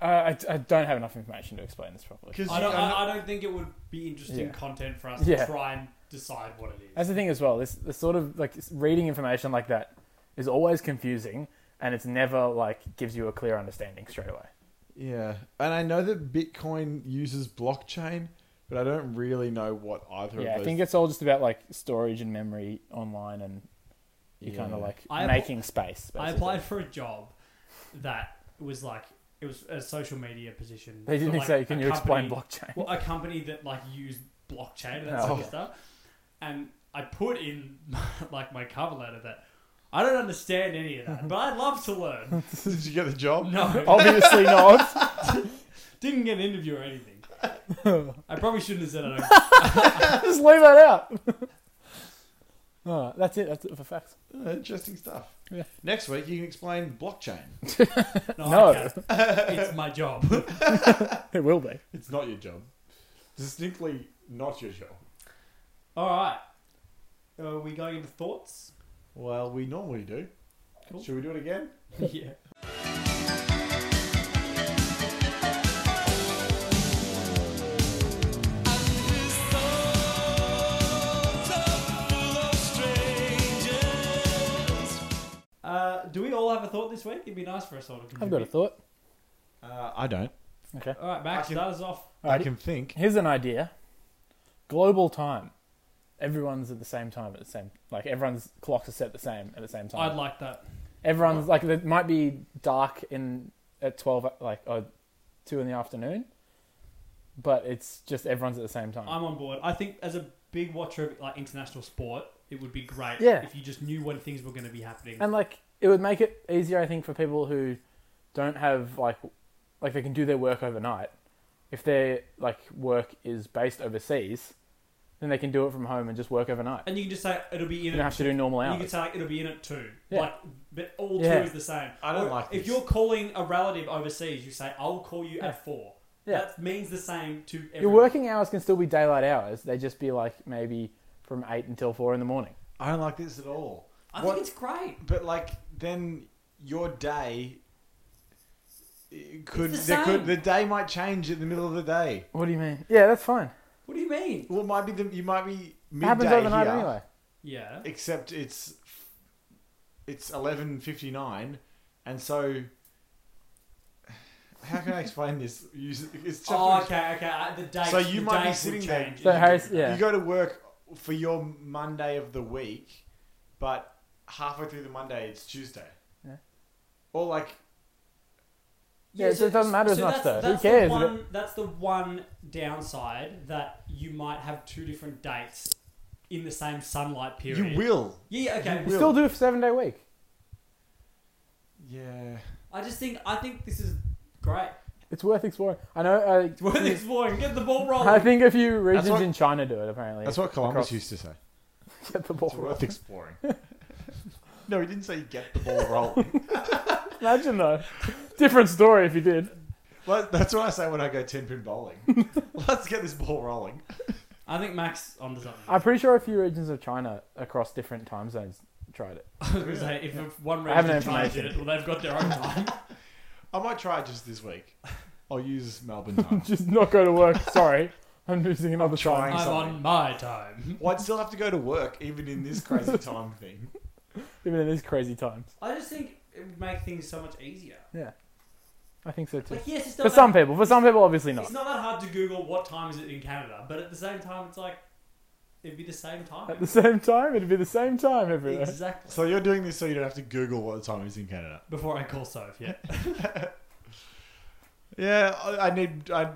uh, I I don't have enough information to explain this properly. I don't, I, I don't think it would be interesting Yeah. content for us Yeah. to try and decide what it is. That's the thing as well. This, this sort of like s- reading information like that is always confusing, and it's never like gives you a clear understanding straight away. Yeah, and I know that Bitcoin uses blockchain, but I don't really know what either Yeah, of I those. think it's all just about like storage and memory online, and you're kind Yeah. of like I appl- making space. I basically. *laughs* applied for *laughs* a job that was like it was a social media position. They didn't for, like, say, a "Can you explain company- blockchain?" Well, a company that like used blockchain and that Oh. sort of stuff. And I put in *laughs* like my cover letter that I don't understand any of that, but I'd love to *laughs* learn. *laughs* Did you get the job? *laughs* No, Oh. Obviously not. *laughs* didn't get an interview or anything. I probably shouldn't have said I don't. just leave that out. *laughs* Alright, that's it. That's it for facts. Uh, Interesting stuff. Yeah. Next week you can explain blockchain. No, *laughs* No. okay. it's my job. *laughs* It will be. It's not your job. Distinctly not your job. All right, are we going into thoughts? Well, we normally do. Cool. Should we do it again? yeah. Uh, do we all have a thought this week? It'd be nice for us all to I've got a thought. Uh, I don't. Okay. All right, Max, I can- start us off. I Alrighty. can think. Here's an idea. Global time. Everyone's at the same time at the same like everyone's clocks are set the same at the same time. I'd like that. Everyone's like it might be dark in at twelve like or two in the afternoon, but it's just everyone's at the same time. I'm on board. I think as a big watcher of like international sport, it would be great Yeah. if you just knew when things were going to be happening. and like it would make it easier, I think, for people who don't have like like they can do their work overnight. If their like work is based overseas, then they can do it from home and just work overnight. and you can just say it'll be in You don't at have to do normal You hours. can say like, it'll be in at two. Yeah. Like, but all Yeah. two is the same. I don't Or like If this. you're calling a relative overseas, you say, I'll call you Yeah. at four. Yeah. That means the same to everyone. Your working hours can still be daylight hours. They just be like maybe from eight until four in the morning. I don't like this at all. I What- think it's great. But like then your day it could It's the there could same. the day might change in the middle of the day. What do you mean? Yeah, that's fine. What do you mean? Well, it might be the you might be It midday happens overnight here, anyway. Yeah. Except it's it's eleven fifty nine, and so how can I explain this? You, it's tough Oh, to okay, okay. I- The day. So you the might be date would sitting there. change. So Harris, yeah, You go to work for your Monday of the week, but halfway through the Monday it's Tuesday. Yeah. Or like Yeah, so it doesn't matter as that's- much, though. Who That's cares? The one, that's the one downside that you might have two different dates in the same sunlight period. you will. Yeah, okay. you still do a seven day week. Yeah. I just think I think this is great. *laughs* It's worth exploring. I know. Uh, Worth exploring. Get the ball rolling. I think a few regions what- in China do it. Apparently, That's what Columbus Across- used to say. *laughs* get the ball. It's rolling. worth *laughs* exploring. no, he didn't say get the ball rolling. Imagine though, different story if you did. well, that's what I say when I go ten pin bowling. *laughs* Let's get this ball rolling. I think Max onto something. I *laughs* I'm pretty sure a few regions of China across different time zones tried it. *laughs* was going to say if if one I have region no tries it, information. well, they've got their own *laughs* time. I might try it just this week. I'll use Melbourne *laughs* time. Just not go to work. Sorry, I'm losing another trying. time. I'm something. on my time. well, I'd still have to go to work even in this crazy time thing. Even in these crazy times. I just think it would make things so much easier. Yeah, I think so too. Like yes, it's not For that, some people, for some people, obviously it's not. not that hard to Google what time is it in Canada, but at the same time, it's like it'd be the same time. At the same time, it'd be the same time everywhere. Exactly. So you're doing this so you don't have to Google what the time is in Canada. Before I call Soph, *laughs* yeah. Yeah, I, I need. I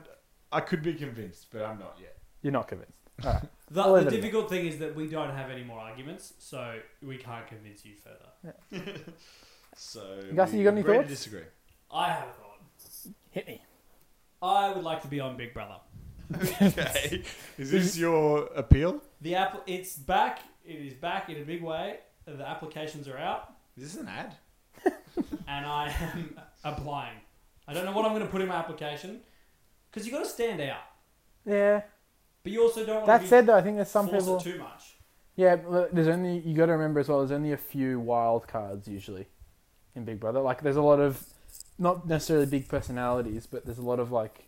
I could be convinced, but I'm not yet. You're not convinced. All right. The, I'll the leave it at difficult thing is that we don't have any more arguments, so we can't convince you further. So, Gus, we you got any agree to thoughts? Disagree. I have a thought. Hit me. I would like to be on Big Brother. *laughs* Okay. is this your appeal? The app, it's back. It is back in a big way. The applications are out, Is this an ad? *laughs* and I am applying. I don't know what I'm going to put in my application because you got to stand out, Yeah. but you also don't. wanna That be- said, though, I think there's some force people. it too much. Yeah, but there's only you got to remember as well. There's only a few wild cards usually in Big Brother. Like there's a lot of not necessarily big personalities, but there's a lot of like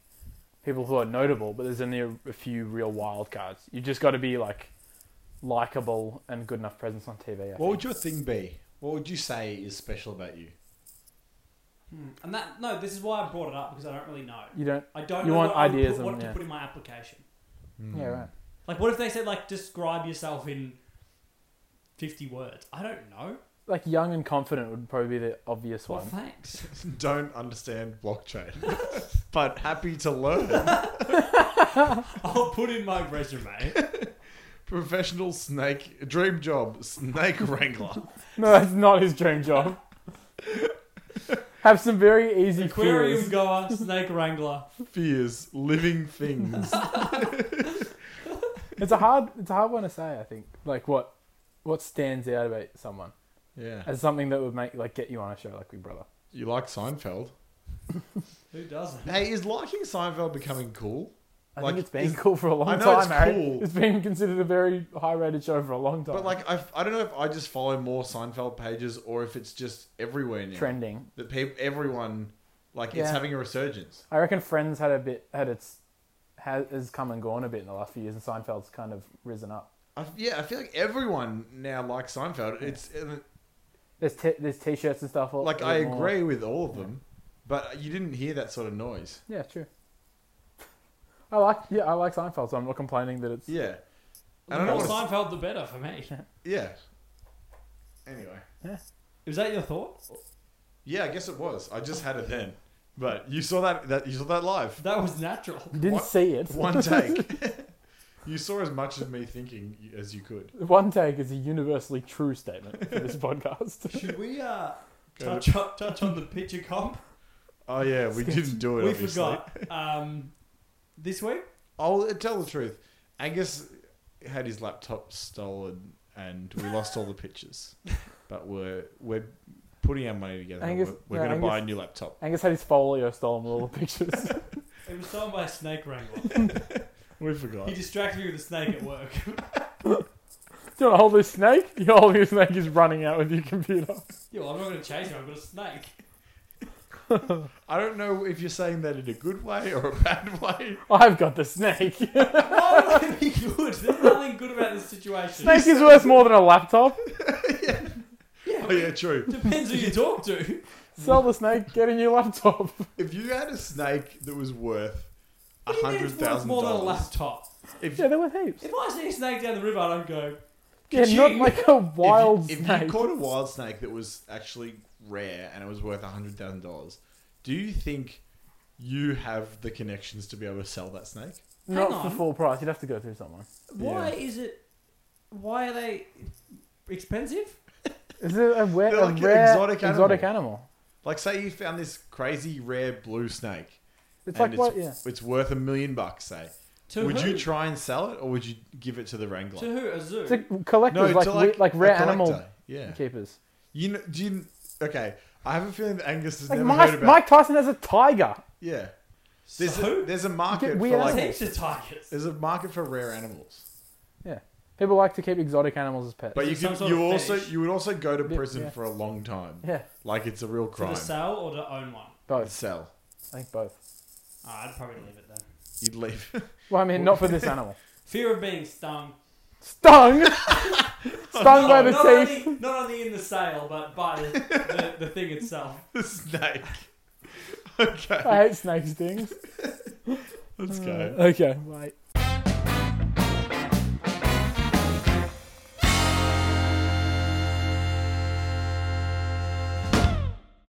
people who are notable. But there's only a, a few real wild cards. You just got to be like likable and good enough presence on TV. I What think. would your thing be? What would you say is special about you? Hmm. And that no, this is why I brought it up because I don't really know. You don't. I don't. You know want what I would put- ideas and- what yeah. to put in my application. Yeah, right. Like, what if they said like describe yourself in fifty words? I don't know. Like young and confident would probably be the obvious Well, one. thanks. *laughs* *laughs* Don't understand blockchain, *laughs* but happy to learn. I'll put in my *laughs* resume. Professional snake dream job, snake wrangler. *laughs* No, that's not his dream job. Have some very easy Aquarium queries. goer, snake wrangler. Fears living things. It's a hard. It's a hard one to say. I think. Like what, what stands out about someone Yeah, as something that would make like get you on a show like Big Brother. you like Seinfeld? Who doesn't? Hey, is liking Seinfeld becoming cool? I Like, think it's been is- cool for a long I know time. it's Harry. cool. It's been considered a very high-rated show for a long time. But like, I, I don't know if I just follow more Seinfeld pages or if it's just everywhere now. trending. That people, everyone, like, it's Yeah. having a resurgence. I reckon Friends had a bit had its has, has come and gone a bit in the last few years, and Seinfeld's kind of risen up. I, yeah, I feel like everyone now likes Seinfeld. It's uh, There's t- there's t-shirts and stuff. all- like a I bit more. agree with all of them, but you didn't hear that sort of noise. Yeah, true. I like yeah I like Seinfeld, so I'm not complaining that it's Yeah, The I don't know. more What it's- Seinfeld, the better for me. yeah. Anyway, Is that your thought? yeah, I guess it was. I just had it then, but you saw that that you saw that *laughs* live. That was natural. you didn't What? see it. One take. *laughs* you saw as much of me thinking as you could. *laughs* One take is a universally true statement *laughs* for this podcast. Should we uh, Go touch, up, touch on the picture *laughs* comp? Oh yeah, we didn't do it. We obviously. forgot. Um, this week? I'll uh, tell the truth. Angus had his laptop stolen, and we lost all the pictures. But we're we're putting our money together. Angus- we're we're no, going to buy a Angus- new laptop. *laughs* Angus had his folio stolen with all the pictures. *laughs* It was stolen by a snake wrangler. *laughs* We He forgot. distracted me with a snake at work. *laughs* Do you want to hold this snake? You hold this snake is running out with your computer. yeah, well, I'm not going to chase him. I've got *laughs* a snake. I don't know if you're saying that in a good way or a bad way. *laughs* I've got the snake. *laughs* snake Why would I be good? There's nothing good about this situation. is worth more than a laptop. Oh yeah, true. Depends who you talk to. Sell the snake, get a new laptop. *laughs* If you had a snake that was worth a What do you mean hundred it's worth thousand more than a dollars, laptop? if Yeah, there were heaps. If I see a snake down the river, I don't go, Yeah, not Ka-ching. like a if you- wild if you, snake. caught a wild snake that was actually rare and it was worth a hundred thousand dollars, do you think you have the connections to be able to sell that snake? not Hang for on. full price. You'd have to go through someone. why is it. Why are they expensive? Is it a, rare, They're a like an rare exotic exotic animal? Like, say you found this crazy rare blue snake, It's and like what? Yeah. it's, it's worth a million bucks. Say, To would who? you try and sell it, or would you give it to the wrangler? to who? A zoo? It's a collectors, like, to, we- like, a rare animal collector. Yeah, keepers. you know, do you? Okay, I have a feeling that Angus has Like never heard Mike, about. Mike Tyson has a tiger. Yeah, there's So? a, there's a market weird for animals. like Heaps of tigers. there's a market for rare animals. Yeah. People like to keep exotic animals as pets. But you Some could, sort you of also fetish. you would also go to Yeah, prison yeah. for a long time. yeah, Like it's a real To crime. the sell or to own one? both. Sell. I think both. Oh, I'd probably leave it then. You'd leave. *laughs* Well, I mean, not for this animal. Fear of being stung. *laughs* Oh, Stung! Stung by the not, Oh, teeth. only, not only in the sale, but by the, the, the thing itself. the snake. *laughs* Okay, Um, I hate snake stings. let's go. Okay. Right.